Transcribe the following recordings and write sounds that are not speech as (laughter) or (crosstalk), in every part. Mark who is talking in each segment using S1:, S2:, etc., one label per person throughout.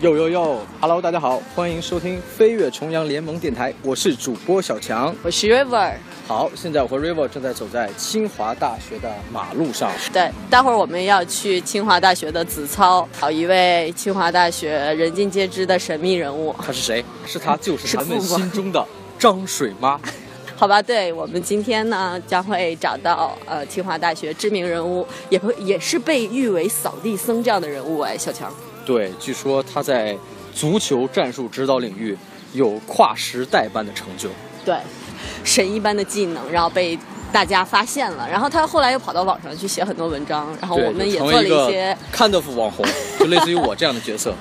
S1: 哟哟哟！Hello，大家好，欢迎收听《飞跃重洋联盟》电台，我是主播小强。
S2: 我是 River。
S1: 好，现在我和 River 正在走在清华大学的马路上。
S2: 对，待会儿我们要去清华大学的子操，找一位清华大学人尽皆知的神秘人物。
S1: 他是谁？是他，就是
S2: (laughs) 是
S1: 咱们
S2: 父母
S1: 心中的张水
S2: (laughs)
S1: 妈。
S2: 好吧，对我们今天呢将会找到呃清华大学知名人物，也会也是被誉为扫地僧这样的人物哎，小强。
S1: 对，据说他在足球战术指导领域有跨时代般的成就。
S2: 对，神一般的技能，然后被大家发现了，然后他后来又跑到网上去写很多文章，然后
S1: 对，
S2: 我们
S1: 就
S2: 也
S1: 成
S2: 做
S1: 为
S2: 了一
S1: 个
S2: 些。
S1: (laughs) 看得夫网红，就类似于我这样的角
S2: (laughs)
S1: 色，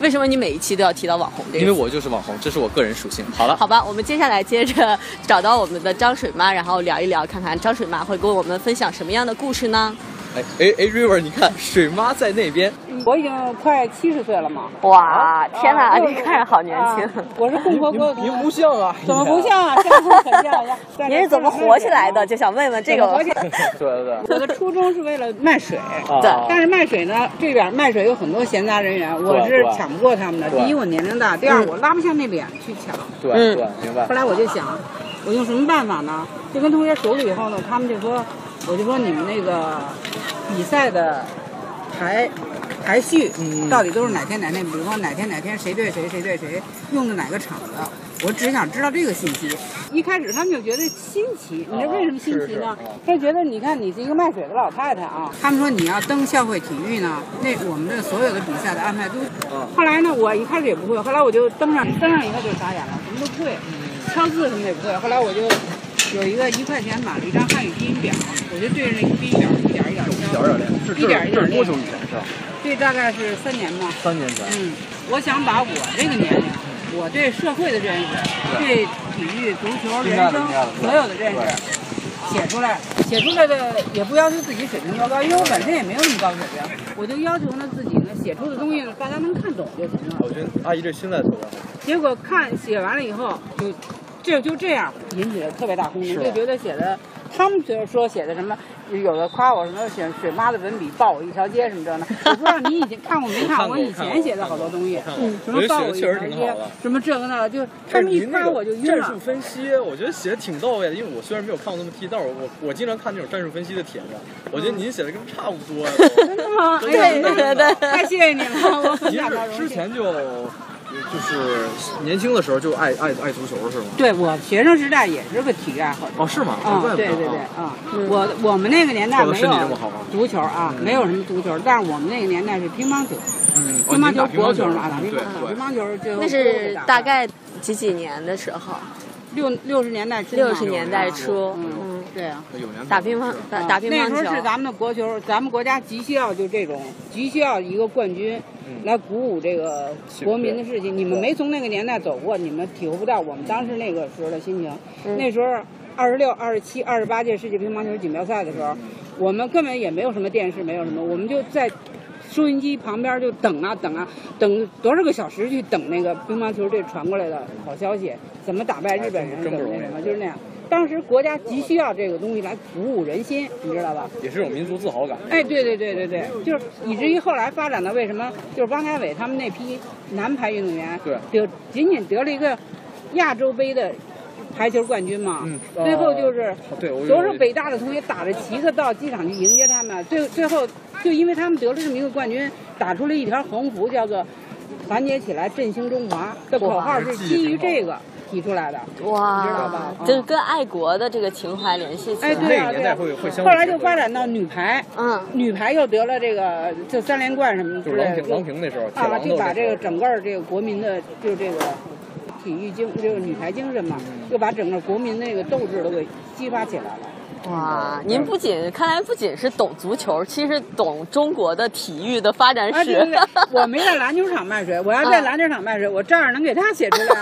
S2: 为什么你每一期都要提到网红这
S1: 因为
S2: 个词？
S1: 我就是网红，这是我个人属性。好了，
S2: 好吧，我们接下来接着找到我们的张水妈，然后聊一聊，看看张水妈会跟我们分享什么样的故事呢？
S1: 哎哎哎，River，你看水妈在那边，
S3: 我已经快七十岁了嘛。
S2: 哇，天哪，
S3: 啊
S2: 你看着好年轻！
S3: 啊
S2: (laughs)
S3: 我是共和国
S1: 您不像啊，
S3: 怎么不？像啊？像不很像
S2: (laughs)
S3: 呀？在这
S2: 您是怎么火起来的？就想问问这个
S3: 怎么火起来
S1: (laughs) 对对
S3: 我的初衷是为了卖水。
S1: 对啊
S3: 但是卖水呢，这边卖水有很多闲杂人员，我是
S1: 对
S3: 抢不过他们的。
S1: 对
S3: 第一，我年龄大；第二，
S2: 嗯
S3: 我拉不下那脸去抢。
S1: 对
S2: 嗯
S1: 对，明白
S3: 后。来我就想，我用什么办法呢？就跟同学熟了以后呢，他们就说，我就说你们那个比赛的排排序
S1: 嗯
S3: 到底都是哪天哪天？比如说哪天哪天谁对谁谁对谁用的哪个场子？我只想知道这个信息。一开始他们就觉得新奇，你知道为什么新奇呢
S1: 哦是是？
S3: 他觉得你看你是一个卖水的老太太啊。他们说你要登校会体育呢，那我们这所有的比赛的安排都
S1: 嗯
S3: 后来呢，我一开始也不会，后来我就登上，登上以后就傻眼了，什么都不会，敲字什么也不会。后来我就有一个一块钱买了一张汉语拼音表，我就对着那个拼音表一点儿一点儿
S1: 一
S3: 敲
S1: 点儿点儿练，这
S3: 一点儿一
S1: 这
S3: 点儿
S1: 是多久
S3: 练
S1: 以前的事儿？
S3: 这大概是三年吧。
S1: 三年前。
S3: 嗯，我想把我这个年龄，我对社会的认识，对体育、足球、
S1: 明
S3: 人
S1: 白了
S3: 生
S1: 明白了
S3: 所有的认
S1: 对
S3: 识写出来。写出来的也不要求自己水平多高，因为我本身也没有那么高水平，我就要求呢自己呢写出的东西呢大家能看懂就行了。
S1: 我觉得阿姨这心态特别好。
S3: 结果看写完了以后，就这就这样引起了特别大轰
S1: 是
S3: 动，
S1: 吧
S3: 就觉得写的，他们觉得说写的什么，有的夸我什么水水妈的文笔抱我一条街什么的呢。
S1: (laughs)
S3: 我不知道你以前看过没
S1: 看
S3: 看，
S1: 过
S3: 我以
S1: 看过
S3: 前写的好多东西，
S1: 嗯
S3: 什么抱我一条
S1: 我觉得写得确实挺
S3: 街
S1: 好的，
S3: 什么这个那个，就他们一夸我就晕
S1: 战术 (laughs)
S3: 了。
S1: 分析，我觉得写的挺到位的。因为我虽然没有看过那么地道，我我经常看那种战术分析的帖子，我觉得您写的跟差不多。
S3: 真的吗？
S1: 对
S3: 哎呀，
S1: 对对
S3: 那
S2: 对
S3: 太谢谢你了，我很
S1: 您
S3: 感到
S1: 是
S3: 荣
S1: 之
S3: 幸。
S1: 前就就是年轻的时候就爱爱爱足球是吗？
S3: 对我学生时代也是个体育爱好者。
S1: 哦，是吗？
S3: 啊，
S1: 怪不得
S3: 对对对
S1: 啊，
S3: 啊
S2: 嗯，
S3: 我我们那个年代
S1: 怪不得
S3: 没
S1: 身体这
S3: 有
S1: 么好啊。
S3: 足球啊，没有什么足球，但是我们那个年代是乒乓球，
S1: 嗯，哦
S3: 乒乓
S1: 您打
S3: 球、
S1: 乒
S3: 国
S1: 乓
S3: 球
S1: 球
S3: 嘛，打乒
S1: 对
S3: 乓球，乒
S1: 对。
S3: 乓球就
S2: 那是大概几几年的时候？
S3: 六六十年代初嘛，
S2: 六十年代初，
S3: 嗯
S2: 嗯，
S3: 对啊。
S1: 有年
S2: 打乒乓打打乒
S3: 那时候是
S2: 乓球。
S3: 咱们的国球，咱们国家急需要就这种，急需要一个冠军
S1: 嗯
S3: 来鼓舞这个国民的士气。你们没从那个年代走过，你们体会不到我们当时那个时候的心情。
S2: 嗯
S3: 那时候二十六、二十七、二十八届世界乒乓球锦标赛的时候，我们根本也没有什么电视，没有什么，我们就在收音机旁边就等啊等啊，等多少个小时去等那个乒乓球队传过来的好消息，怎么打败日本人，
S1: 真
S3: 怎
S1: 不
S3: 么
S1: 容易
S3: 那什么，就是那样。当时国家急需要这个东西来鼓舞人心，你知道吧？
S1: 也是有民族自豪感。
S3: 哎，对对对对对，就是以至于后来发展到为什么就是汪家伟他们那批男排运动员，
S1: 对
S3: 得仅仅得了一个亚洲杯的排球冠军嘛，
S1: 嗯
S3: 最后就是
S1: 哦对，我
S3: 都是北大的同学打着旗子到机场去迎接他们，最最后就因为他们得了这么一个冠军，打出了一条横幅，叫做“团结起来，振兴中华”的口号是基于这个提出来的。你知道
S2: 哇
S3: 吧，嗯
S2: 就是跟爱国的这个情怀联系起来。
S3: 哎，对
S1: 那
S3: 啊，
S1: 个年
S3: 对
S1: 代
S3: 啊
S1: 会会相互
S3: 后来就
S1: 结合
S3: 发展到女排，
S2: 嗯，
S3: 女排又得了这个就三连冠什么
S1: 就
S3: 之
S1: 是郎
S3: 类的
S1: 平，郎平那时候，铁
S3: 啊，
S1: 榔
S3: 就
S1: 头
S3: 把
S1: 那
S3: 这
S1: 时
S3: 个
S1: 候。
S3: 整个这个国民的就这个体育精，就是女排精神嘛，
S1: 嗯
S3: 又把整个国民那个斗志都给激发起来了。
S2: 哇，
S4: 嗯
S2: 您不仅看来不仅是懂足球，其实懂中国的体育的发展
S3: 啊，对对
S2: 史
S3: 对。，我没在篮球场卖水，我要在篮球场卖水，我照样能给他写出来。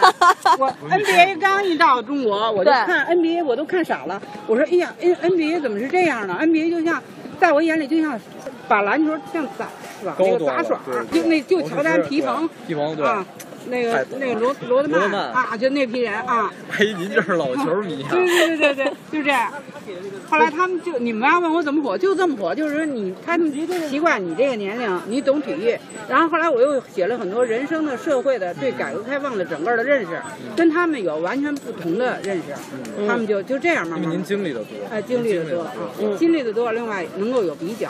S3: 我 NBA 刚一到中国，我就
S2: 对
S3: 看 NBA，我都看傻了。我说，哎呀，N NBA 怎么是这样呢？NBA 就像，在我眼里就像把篮球像杂耍那
S1: 高
S3: 个
S1: 端
S3: 杂
S1: 了
S3: 耍，
S1: 对
S3: 就那就
S1: 我只
S3: 乔丹
S1: 是
S3: 皮蓬
S1: 对皮蓬对。
S3: 啊，那
S1: 太
S3: 个
S1: 懂了
S3: 那个罗罗
S1: 罗德
S3: 德曼
S1: 曼
S3: 啊，就那批人啊。
S1: 哎，您这是老球迷啊！
S3: 对对对对对，就这样。后来他们就你们妈问我怎么火，就这么火，就是说你他们奇怪你这个年龄，你懂体育。然后后来我又写了很多人生的、社会的对改革开放的整个的认识，跟他们有完全不同的认识，他们就就这样慢
S1: (laughs) 因为
S3: 慢
S1: 您。经历的多，
S3: 哎，经历的多啊，经历的多，另外能够有比较，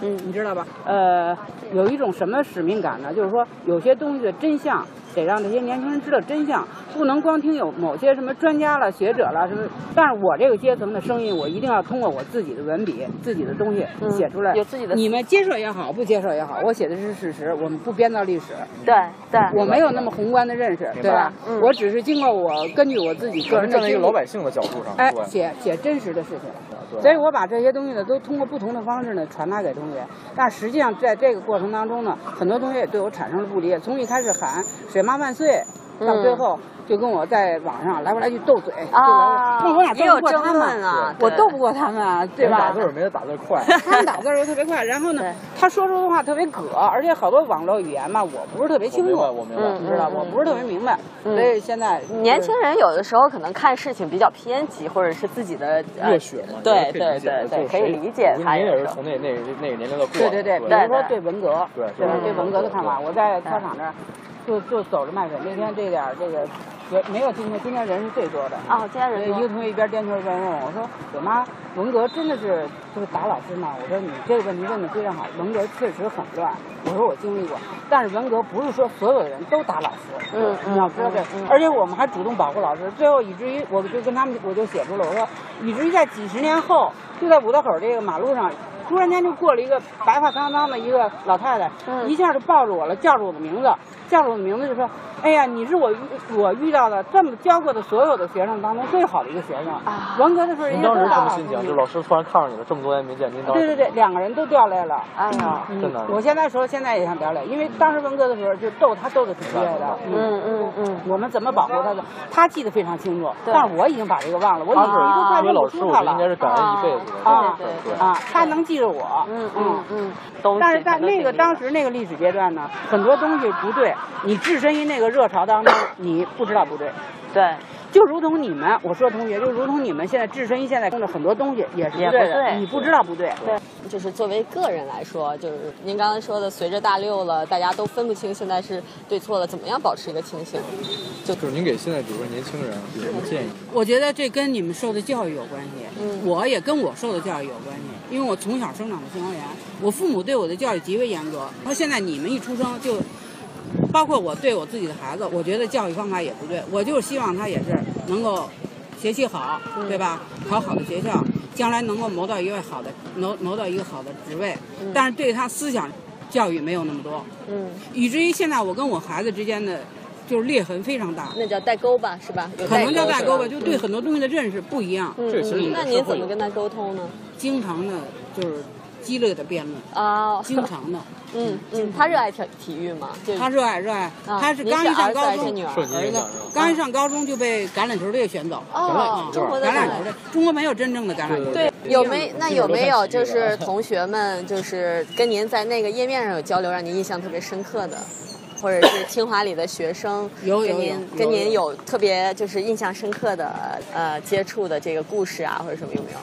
S3: 嗯
S1: 对，
S3: 你知道吧？呃，有一种什么使命感呢？就是说，有些东西的真相得让这些年轻人知道真相，不能光听有某些什么专家了、学者了什么。但是我这个阶层的声音，我一定要通过我自己的文笔、自己的东西写出来。
S4: 有自己的
S3: 你们接受也好，不接受也好，我写的是事实，我们不编造历史。
S4: (laughs) 对对，
S3: 我没有那么宏观的认识，对吧？
S4: 嗯
S3: 我只是经过我根据我自己个
S1: 个
S3: 人
S1: 人
S3: 的
S1: 站在一
S3: 经
S1: 个
S3: 历
S1: 老百姓的角度上，
S3: 哎
S1: 对，
S3: 写写真实的事情。
S1: 对，
S3: 所以我把这些东西呢，都通过不同的方式呢传达给同学。但实际上，在这个过程当中呢，很多同学也对我产生了不理解。从一开始喊“水妈万岁”，到最后就跟我在网上来回来去斗嘴，就来回那
S4: 啊
S3: 我哪
S2: 也
S3: 斗
S2: 有
S3: 不过
S2: 争
S3: 他
S2: 论
S3: 们？
S2: 啊，
S3: 我
S2: 对
S3: 斗不过他们啊，对
S1: 打
S3: 吧 (laughs)
S1: 字？儿没他打字儿快，
S3: 他们打字儿又特别快，然后呢
S4: 对，
S3: 他说出的话特别葛，而且好多网络语言嘛，我不是特别
S1: 我
S3: 清
S1: 明白，
S3: 楚，
S1: 我明白
S4: 嗯，
S3: 你知道，我不是特别明白，
S4: 嗯
S3: 所以现在
S4: 年轻人有的时候可能看事情比较偏激，或者是自己的呃
S1: 热血嘛，
S4: 对
S1: 这个
S4: 对
S1: 理解
S4: 对对，
S1: 就是
S4: 可以
S1: 谁
S4: 理解
S1: 您
S4: 他
S1: 您
S4: 有
S1: 也
S4: 时
S1: 是
S4: 候。
S1: 从那那个那个年龄的过
S3: 对
S1: 来，
S3: 对对，比
S4: 对
S3: 如说
S4: 对
S3: 对文革，
S1: 对
S3: 对吧
S4: 嗯？
S3: 对文革的看法，
S1: 对
S3: 我在操场那儿就就走着卖水。那天这点儿这个人没有今天，今天人是最多的。
S2: 啊
S4: 哦，今天
S3: 所以
S4: 人
S3: 一个
S4: 多
S3: 同学一边颠球一边问我，我说我妈文革真的是就是打老师吗？我说你这个问题问的非常好，文革确实很乱，我说我经历过，但是文革不是说所有人都打老师，
S4: 嗯嗯
S3: 你要知道这
S4: 嗯嗯，
S3: 而且我们还主动保护老师，最后以至于我就跟他们我就写出了我说，以至于在几十年后，就在五道口这个马路上。突然间就过了一个白发苍苍的一个老太太，
S4: 嗯
S3: 一下就抱着我了，叫着我的名字，叫着我的名字就说：“哎呀，你是我遇我遇到的这么教过的所有的学生当中最好的一个学生。
S4: 啊
S3: 文革的时候，人
S1: 您
S3: 家
S1: 当时
S3: 都
S1: 什
S3: 打
S1: 么
S3: 老师
S1: 心情啊？就老师突然看上你了，这么多年没见，您当
S3: 对
S1: 时
S3: 对对，两个人都掉泪了。
S4: 哎呀，
S3: 嗯
S1: 真的
S3: 我现在说现在也想掉泪，因为当时文革的时候就逗他逗的挺厉害的。嗯。
S4: 嗯嗯嗯，
S3: 我们怎么保护他的？他记得非常清楚，
S4: 对
S3: 但是我已经把这个忘了，我已
S1: 他
S3: 经
S1: 是
S3: 都快
S1: 作为
S3: 认不
S1: 老师，
S3: 出
S1: 我
S3: 他
S1: 觉得应该
S3: 了
S1: 是感恩一辈子的
S3: 啊
S1: 这个事儿，对。
S3: 啊！他能记着我，
S4: 嗯嗯嗯，东西
S3: 但是在
S4: 全都
S3: 那个
S4: 经历
S3: 当
S4: 了
S3: 时那个历史阶段呢，很多东西不对，你置身于那个热潮当中，你不知道不对，
S4: 对
S3: 就如同你们，我说同学，就如同你们现在置身于现在用的很多东西也是
S4: 也
S3: 不
S4: 不
S3: 对的，
S4: 对
S3: 你不知道不对。
S4: 对
S2: 就是作为个人来说，就是您刚才说的，随着大六了，大家都分不清现在是对错了，怎么样保持一个清醒？
S1: 就是您给现在比如说年轻人啊有什么建议？
S3: 我觉得这跟你们受的教育有关系，
S2: 嗯
S3: 我也跟我受的教育有关系，因为我从小生长在新花园，我父母对我的教育极为严格。然后现在你们一出生就，包括我对我自己的孩子，我觉得教育方法也不对，我就是希望他也是能够学习好，对吧？考好的学校，将来能够谋到一个好的谋谋到一个好的职位，但是对他思想教育没有那么多，
S2: 嗯，
S3: 以至于现在我跟我孩子之间的就是裂痕非常大。
S2: 那叫代沟吧，是吧？有
S3: 可能叫代
S2: 代
S3: 沟吧，就对很多东西的认识不一样，
S1: 这其实也
S2: 嗯，
S1: 是
S2: 那您怎么跟他沟通呢？
S3: 经常的就是激烈的辩论，
S2: 啊，
S3: 经常
S2: (laughs)
S3: 的。
S2: 嗯嗯，他热爱体体育嘛，就
S3: 他热爱热爱，
S2: 啊
S3: 他是
S2: 您
S3: 刚一上高
S2: 儿子还是女
S3: 中，
S2: 儿？
S1: 受您
S3: 儿
S1: 影响
S3: 子
S1: 是吧？
S3: 刚一上高中就被橄榄球队选走，
S2: 哦，中国的
S3: 橄
S2: 热
S3: 榄球
S2: 爱。
S3: 队，中国没有真正的橄榄球队。
S2: 对，有没那有没有就是同学们就是跟您在那个页面上有交流，让您印象特别深刻的，或者是清华里的学生
S3: 有
S2: 跟
S3: 有有
S2: 您
S3: 有
S2: 跟您有特别就是印象深刻的呃接触的这个故事啊，或者什么有没有？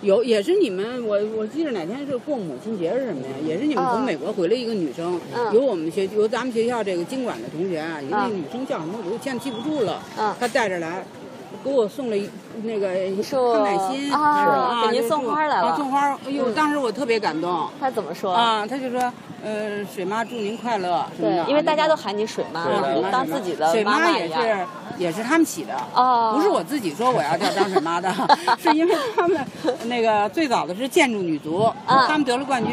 S3: 有也是你们，我我记得哪天是过母亲节是什么呀？也是你们
S2: 啊
S3: 从美国回来一个女生，
S2: 嗯
S3: 有我们学有咱们学校这个经管的同学啊，一
S2: 啊
S3: 个女生叫什么，我都现在记不住了，
S2: 嗯
S3: 她带着来。给我送了一那个
S2: 说
S3: 康乃馨
S2: 啊
S3: 是吧
S2: 给您
S3: 就
S2: 送花来了
S3: 啊送花，哎呦，
S2: 嗯
S3: 当时我特别感动
S2: 他怎么说？
S3: 啊！她就说，呃，水妈祝您快乐什么
S2: 对
S3: 的，，
S2: 因为大家都
S3: 啊
S2: 喊你水妈
S1: 对
S3: 水妈
S2: 当
S3: 水妈
S2: 自己的
S3: 嗯水
S2: 妈妈
S3: 也
S2: 一样。
S3: 是也是他们起的
S2: 哦
S3: 不是我自己说我要叫张水
S2: (laughs)
S3: 妈的，是因为他们那个最早的是建筑女足，
S2: 啊
S3: 他们得了冠军，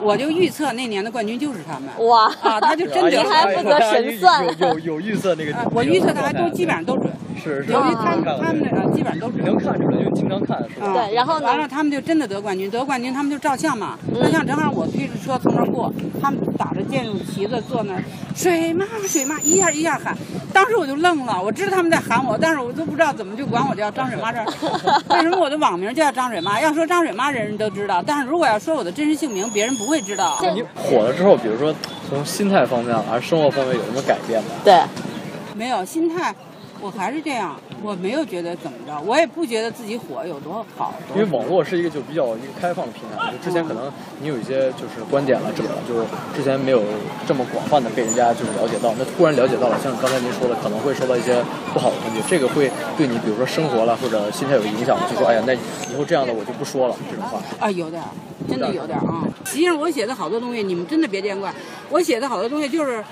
S3: 我就预测那年的冠军就是他们。
S2: 哇，
S3: 啊，他就 (laughs) 真得
S2: 您还
S3: 了
S2: 不
S3: 冠
S2: 负责
S3: 军。
S2: 神
S3: (laughs)
S2: 算
S1: 有有有预测那个
S3: 啊，我预测他都基本上都准，
S1: 是是，
S3: 由于
S1: 能
S3: 他们
S1: 看
S3: 他们那个基本上都
S1: 你
S3: 准。
S1: 能看出来，因为经常看，是吧？嗯
S3: 啊
S2: 对然后呢
S3: 完了，他们就真的得冠军，得冠军他们就照相嘛，
S1: 嗯
S3: 照相正好我推着车从那儿过，他们打着建筑旗子坐那儿，水妈水妈一下一下喊，当时我就愣了，我知道他们在喊我，但是我都不知道怎么就管我叫张水
S2: (laughs)
S3: 妈这儿，为什么我的网名叫张水妈？要说张水妈，人人都知道，但是如果要说我的真实姓名，别人不会知道。
S1: 你火了之后，比如啊说从心态方面还是生活方面有什么改变吗？
S2: 对，
S3: 没有心态，我还是这样，我没有觉得怎么着，我也不觉得自己火有多好。
S1: 因为网络是一个就比较一个开放的平台，就之前可能你有一些就是观点了，这个就之前没有这么广泛的被人家就是了解到，那突然了解到了，像刚才您说的，可能会受到一些不好的东西，这个会对你比如说生活了或者心态有影响，就说哎呀，那以后这样的我就不说了这种话。
S3: 啊，有点儿，真的有点儿啊。实际上我写的好多东西，你们真的别见怪，我写的好多东西就是。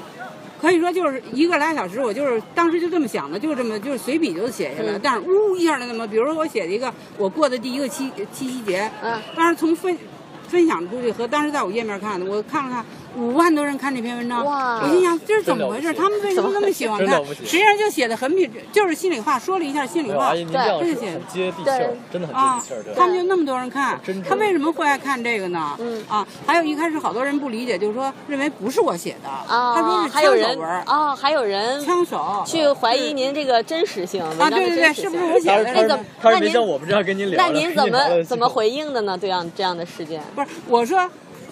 S3: 可以说就是一个俩小时，我就是当时就这么想的，就是这么就是随笔就写下来，
S4: 嗯
S3: 但是呜一下就那么，比如说我写了一个我过的第一个七七夕节，
S4: 嗯
S3: 当时从分分享出去和当时在我页面看的，我看了看五万多人看这篇文章，
S4: 哇
S3: 我心想这是怎么回
S1: 真了不
S3: 事？
S1: 起
S3: 他们为什么那么喜欢
S1: 真了
S3: 看
S1: 不？起
S3: 实际上就写的很品，就是心里话，说了一下心里
S1: 没有
S3: 话
S1: 阿姨，您这样
S3: 对
S1: 是
S3: 谢谢
S1: 很接地气儿
S4: 对，
S1: 真的很接
S3: 啊
S1: 地气儿，对，。
S3: 他们就那么多人看
S1: 真，是
S3: 他为什么会爱看这个呢？
S4: 嗯
S3: 啊，还有一开始好多人不理解，就是说认为不是我写的，
S2: 啊，
S3: 他说是
S2: 还有
S3: 枪
S2: 人
S3: 手文儿，
S2: 啊，还有人
S3: 枪手
S2: 去怀疑您这个真实性，文
S3: 啊，
S2: 章的
S3: 对对
S2: 真实
S3: 对，是
S2: 性
S3: 不是我写
S1: 他是他是
S2: 那怎
S3: 的？个
S2: 么
S1: 他是
S2: 那
S1: 没
S2: 您
S1: 像我们这样跟您聊
S2: 那
S1: 的，
S2: 您
S1: (laughs)
S2: 怎
S1: 跟聊
S2: 么
S1: 的
S2: 怎么回应的呢？对样这样的事件，
S3: 不是我说。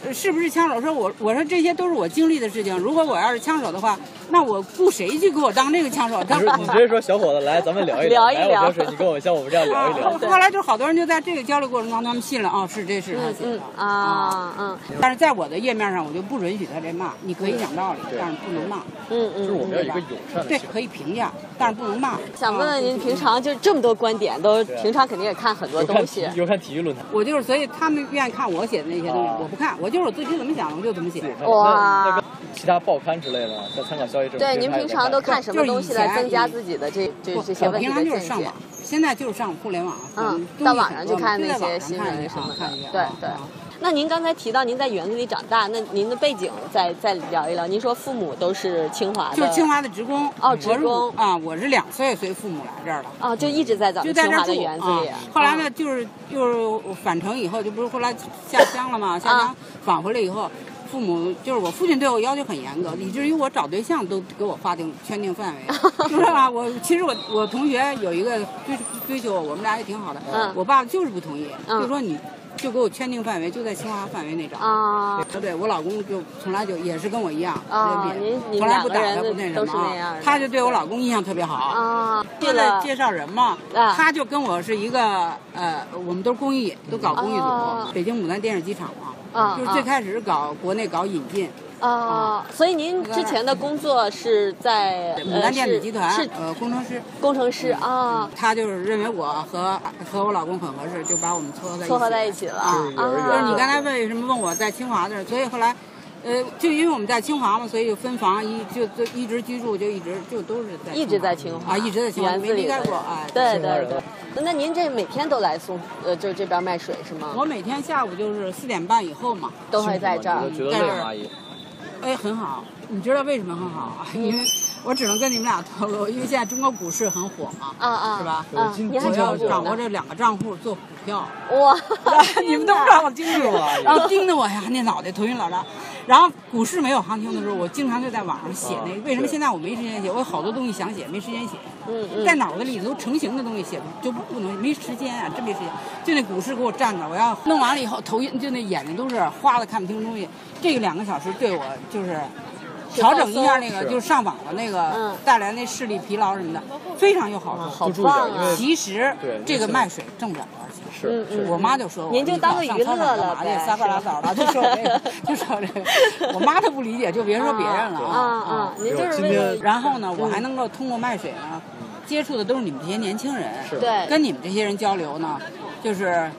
S3: 呃是不是枪手？说我我说这些都是我经历的事情。如果我要是枪手的话，那我雇谁去给我当这个枪手？当
S1: 你说
S3: (laughs)
S1: 你直接说，小伙子，来，咱们聊一
S2: 聊一
S1: 来，
S2: 聊
S1: 我就是你跟我像我们这样聊一聊
S2: (laughs)
S3: 啊。后后来就好多人就在这个交流过程当中，他们信了啊、是这是他
S2: 嗯
S3: 写
S2: 嗯
S3: 的
S2: 啊嗯
S3: 但是在我的页面上，我就不允许他这骂。你可以讲道理，
S1: 对
S3: 但是不能骂。
S2: 嗯
S1: 就是我
S2: 嗯，
S1: 们要有一个友善的
S3: 对，
S1: 情
S3: 可以评价，但是不能骂。啊
S2: 想问问您
S1: 啊
S2: 平常就这么多观点，都平常肯定也看很多
S1: 有
S2: 东
S1: 啊看
S2: 西
S1: 体，有看体育论坛。
S3: 我就是，所以他们愿意看我写的那些东西
S2: 哦
S1: 啊，
S3: 我不看，我就是我自己怎么想的我就怎么写。
S2: 哇
S1: 那那跟其他报刊之类的，像参考消息这种。
S2: 对，您平常都看什么东西来增加自己的这这
S3: 不
S2: 这些
S3: 我
S2: 问题
S3: 平
S2: 的
S3: 常就是
S2: 见
S3: 上
S2: 解
S3: 网？，现在就是上互联网，
S2: 嗯
S3: 东西
S2: 到网上
S3: 很
S2: 去
S3: 多
S2: 看
S3: 就
S2: 那
S3: 在网
S2: 些
S3: 上
S2: 新
S3: 看一
S2: 闻
S3: 下
S2: 什么
S3: 看一
S2: 的
S3: 下，
S2: 对
S3: 啊
S2: 对
S3: 啊。
S2: 那您刚才提到您在园子里长大，那您的背景再再聊一聊。您说父母都是清华的，
S3: 就是清华的职工
S2: 哦
S3: 我
S2: 职
S3: 是
S2: 工
S3: 啊，我是两岁随父母来这儿了。
S2: 啊，就一直在咱
S3: 就
S2: 们
S3: 在
S2: 清
S3: 这儿
S2: 华
S3: 住
S2: 的园子里
S3: 啊。后来呢，
S2: 嗯
S3: 就是就是返程以后，就不是后来
S2: (laughs)
S3: 下乡了嘛，下
S2: 啊
S3: 乡返回来以后，父母就是我父亲对我要求很严格，以至于我找对象都给我划定圈定范
S2: (laughs)
S3: 围，知道吧？我其实我我同学有一个追追求我，我们俩也挺好的，
S2: 嗯
S3: 我爸就是不同意，
S2: 嗯
S3: 就说你就给我圈定范围，就在清华范围内找。
S2: 啊啊，
S3: 对，我老公就从来就也是跟我一样，
S2: 啊
S3: 人品
S2: 您你
S3: 从来不打
S2: 两
S3: 他
S2: 个
S3: 不
S2: 人
S3: 那
S2: 都
S3: 什
S2: 是
S3: 么
S2: 那样
S3: 啊
S2: 的，
S3: 他就对我老公印象特别好
S2: 啊，去
S3: 他在
S2: 了
S3: 介绍人嘛，
S2: 啊
S3: 他就跟我是一个呃，我们都是公益，都搞公益组，
S2: 哦
S3: 北京牡丹电视机厂嘛，
S2: 啊
S3: 就是最开始是搞国内搞引进，
S2: 啊，所以您之前的工作是在
S3: 牡丹电
S2: 是
S3: 子集团
S2: 呃
S3: 嗯
S2: 是
S3: 呃工程师，
S2: 工程师啊，
S3: 他就是认为我和和我老公很合适，就把我们撮合在一起，
S2: 撮合在一起了
S3: 啊。
S1: 就是有人
S3: 就是
S1: 缘
S3: 你刚才为什么问我在清华的事儿，所以后来。呃，就因为我们在清华嘛，所以就分房一就就一直居住，就一直就都是在
S2: 一直在清华
S3: 啊，一直在清华
S2: 园
S3: 没
S2: 子里
S3: 离开
S2: 的
S3: 过啊。哎
S2: 对
S1: 清华
S2: 对
S1: 人
S2: 对。那您这每天都来送呃，就是这边卖水是吗？
S3: 我每天下午就是四点半以后嘛，
S2: 都会在这儿
S1: 觉得累吗，阿姨？
S3: 哎，很好。你知道为什么很好啊？因为我只能跟你们俩透露，因为现在中国股市很火嘛，
S2: 啊啊，
S3: 是吧嗯
S2: 啊，
S1: 今
S2: 您还
S3: 我要
S2: 炒
S1: 经常
S3: 掌
S2: 股呢？
S3: 握这两个账户做股票，
S2: 哇，
S3: (laughs) 你们都不知道我经历
S1: 是
S2: (laughs)
S3: 过
S1: 吗，
S3: 然后盯得我呀，那脑袋头晕脑胀。然后股市没有行情的时候，我经常就在网上写那
S1: 啊
S3: 个。为什么
S1: 是
S3: 现在我没时间写？我有好多东西想写，没时间写。
S2: 嗯嗯
S3: 在脑子里头成型的东西写就不能没时间啊，真没时间。就那股市给我占着，我要弄完了以后头晕，就那眼睛都是花的，看不清东西。这个两个小时对我就是调整一下那个，
S1: 是
S3: 就是上网的那个
S2: 嗯
S3: 带来那视力疲劳什么的，非常有好
S2: 好
S1: 多注意
S2: 棒
S1: 点因
S2: 啊
S1: 为！
S3: 其实
S1: 对
S3: 这个
S1: 因为
S3: 卖水挣不了多少钱。
S1: 是是
S2: 嗯
S3: 我妈就说我，
S2: 您就当个娱乐了呗
S3: 对，撒泼拉撒的，就说我这个，就说我这
S1: (laughs)
S3: 个，我妈都不理解，就别说别人了
S2: 啊
S1: 嗯
S2: 啊，您就是
S1: 今
S2: 为了
S1: 天
S3: 然后呢，我
S1: 嗯
S3: 还能够通过卖水呢，接触的都是你们这些年轻人，
S1: 是
S2: 对
S3: 跟你们这些人交流呢，就是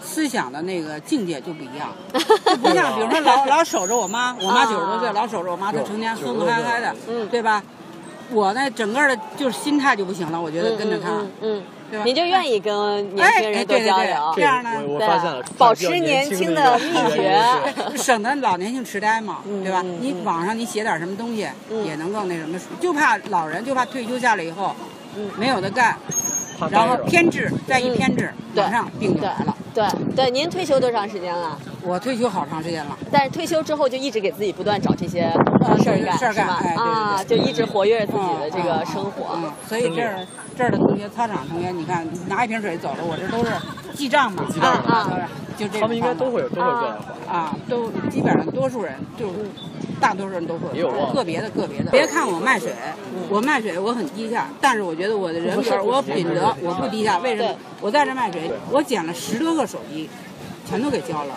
S3: 思想的那个境界就不
S1: (laughs)
S3: 一样，就 (laughs) 不像比如说
S2: 嗯
S3: 老老守着我妈，我妈
S2: 啊
S3: 九十多岁，老守着我妈，她
S1: 有
S3: 成天
S1: 啊九十
S3: 哼
S1: 多
S3: 哼
S1: 岁
S3: 嗨嗨的，
S2: 嗯
S3: 对吧？我呢，整个的就是心态就不行了，我觉得
S2: 嗯
S3: 跟着她，
S2: 嗯嗯，
S3: 对吧
S2: 嗯您就愿意
S3: 哎
S2: 跟年轻人多交流
S1: 这
S3: 这样呢
S1: 我我
S2: 对
S1: 发现了，
S2: 保持年轻的秘诀嗯
S4: (laughs)
S3: 省得老年性痴呆嘛，对吧？
S2: 嗯嗯
S3: 你网上你写点什么东西
S2: 嗯
S3: 也能够那什么，就怕老人就怕退休下来以后
S2: 嗯
S3: 没有的干，
S1: 怕
S3: 然后
S1: 干扰
S3: 偏执，再一
S2: 嗯
S3: 偏执，
S2: 对
S3: 马上病就
S2: 对
S3: 来了。
S2: 对对，您退休多长时间了？
S3: 我退休好长时间了，
S2: 但是退休之后就一直给自己不断找这些事儿干，
S3: 事儿干
S2: 是吧？
S3: 呃哎对对对
S2: 啊，就一直活跃自己的这个生活。
S3: 嗯，所以这儿这儿的同学，操场同学，你看拿一瓶水走了，我这都是记账嘛，
S1: 记账
S2: 的
S3: 啊，啊就这种
S1: 他们应该都
S3: 方法
S1: 会都会过来吧。
S3: 啊，都基本上多数人就大多数人都会，
S1: 也有忘嗯
S3: 个别的个别的。别看我卖水，我卖水我很低下，但是我觉得我的人格、我品德我不低下。为什么
S4: 对？
S3: 我在这卖水，我捡了十多个手机，全都给交了。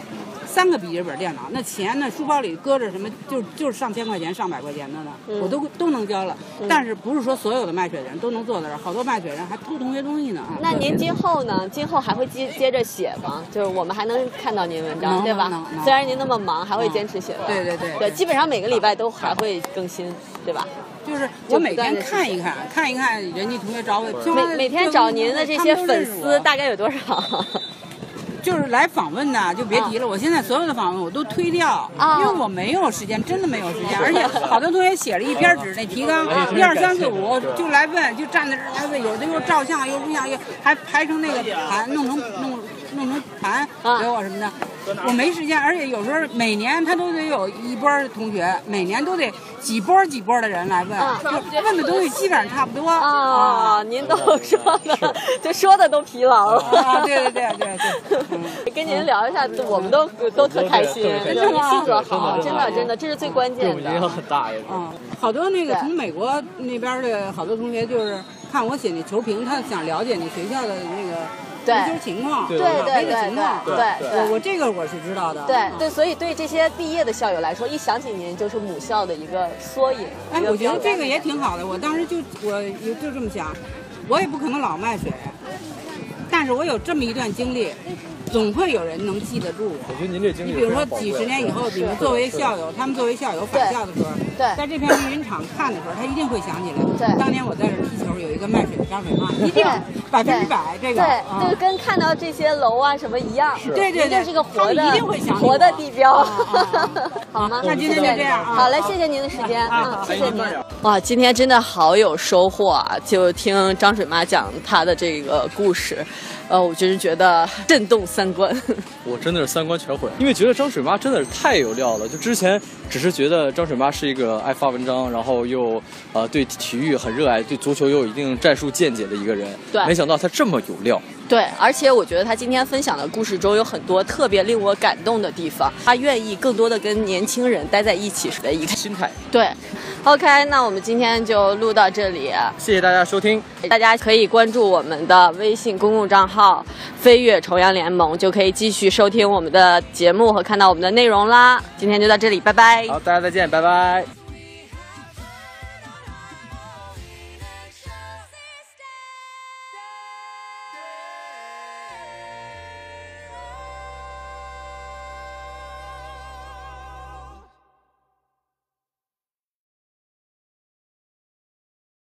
S3: 三个笔记本电脑，那钱呢？书包里搁着什么？就就是上千块钱、上百块钱的呢，
S1: 嗯
S3: 我都都能交了。但是不是说所有的卖水的人都能做到这儿？好多卖水人还偷同学东西呢啊！
S4: 那您今后呢？今后还会接接着写吗？就是我们还能看到您文章，
S3: 能
S4: 对吧
S3: 能能？嗯
S4: 虽然您那么忙，还会坚持写文。
S3: 对对对
S4: 对，基本上每个礼拜都还会更新，对吧？
S3: 就是我每天看一看，看一看人家同学找我，就
S4: 每每天找您的这些粉丝大概有多少？
S3: 就是来访问的，就别提了。我现在所有的访问我都推掉，
S4: 啊
S3: 因为我没有时间，真的没有时
S4: (laughs)
S3: 间。而且好多同学写了一篇纸，那提纲
S1: 哎
S3: 一二三四
S1: 真
S3: 五
S1: 感谢
S3: 就来问，就站在这儿来问，有的又照相又录像，又还排成那个盘，弄成弄弄成盘
S4: 啊
S3: 给我什么的。我没时间，而且有时候每年他都得有一波同学，每年都得几波几波的人来问，
S4: 啊
S3: 就问的东西基本上差不多
S4: 啊，
S3: 嗯
S4: 您都说的，就说的都疲劳了。
S3: 啊对对对对对嗯
S4: 跟您聊一下，我们都都特开心，
S1: 对
S4: 就是您性
S1: 对
S4: 格
S1: 真的
S4: 好，
S1: 真的
S4: 真的真的，这是最关
S1: 对
S4: 键
S1: 我影响
S4: 的。
S1: 很大也是。
S3: 啊，好多那个
S4: 对
S3: 从美国那边的好多同学就是看我写那球评，他想了解你学校的那个
S4: 对
S3: 足球情况、
S1: 对
S4: 对
S1: 对
S4: 对
S3: 杯的
S4: 对
S3: 情况。
S4: 对
S1: 对
S4: 对
S3: 我我这个我是知道的。嗯
S4: 对对，所以对这些毕业的校友来说，一想起您就是母校的一个缩影。
S3: 哎
S4: 一，
S3: 我觉
S4: 标
S3: 得
S4: 杆
S3: 这个也挺好的。我当时就我也就这么想，我也不可能老卖水，但是我有这么一段经历，总会有人能记得住我。
S1: 我觉得您这经历
S3: 你
S1: 是
S3: 比如
S1: 非
S3: 说
S1: 常宝贵
S3: 几
S1: 的
S3: 十年以后，你们作为校友，他们作为校友返校的时候，
S4: 对
S3: 在这片绿云场看的时候，他一定会想起来，
S4: 对
S3: 当年我在这踢球，有一个卖水的张水旺，一定百分之百这
S4: 对
S3: 个，啊
S4: 对，就跟看到这些楼啊什么一样，
S1: 是
S3: 对对
S4: 您就
S3: 对，
S4: 是一个活
S3: 他们
S4: 的
S3: 一定会想起我
S4: 活的地标
S3: 啊啊啊，
S4: (laughs) 好吗？
S3: 那今天就这样啊啊
S4: 好嘞，谢谢您的时间，嗯，谢谢您。
S2: 哇，今天真的好有收获啊！就听张水妈讲她的这个故事，呃，我真是觉得震动三观。
S1: 我真的是三观全毁，因为觉得张水妈真的是太有料了。就之前只是觉得张水妈是一个爱发文章，然后又呃对体育很热爱，对足球又有一定战术见解的一个人。
S2: 对
S1: 没想到她这么有料。
S2: (laughs) 对，而且我觉得他今天分享的故事中有很多特别令我感动的地方，他愿意更多的跟年轻人待在一起的一个
S1: 心态。
S2: 对。OK，那我们今天就录到这里，啊
S1: 谢谢大家收听，
S2: 大家可以关注我们的微信公共账号“飞跃重阳联盟”，就可以继续收听我们的节目和看到我们的内容啦。今天就到这里，拜拜。
S1: 好，大家再见，拜拜。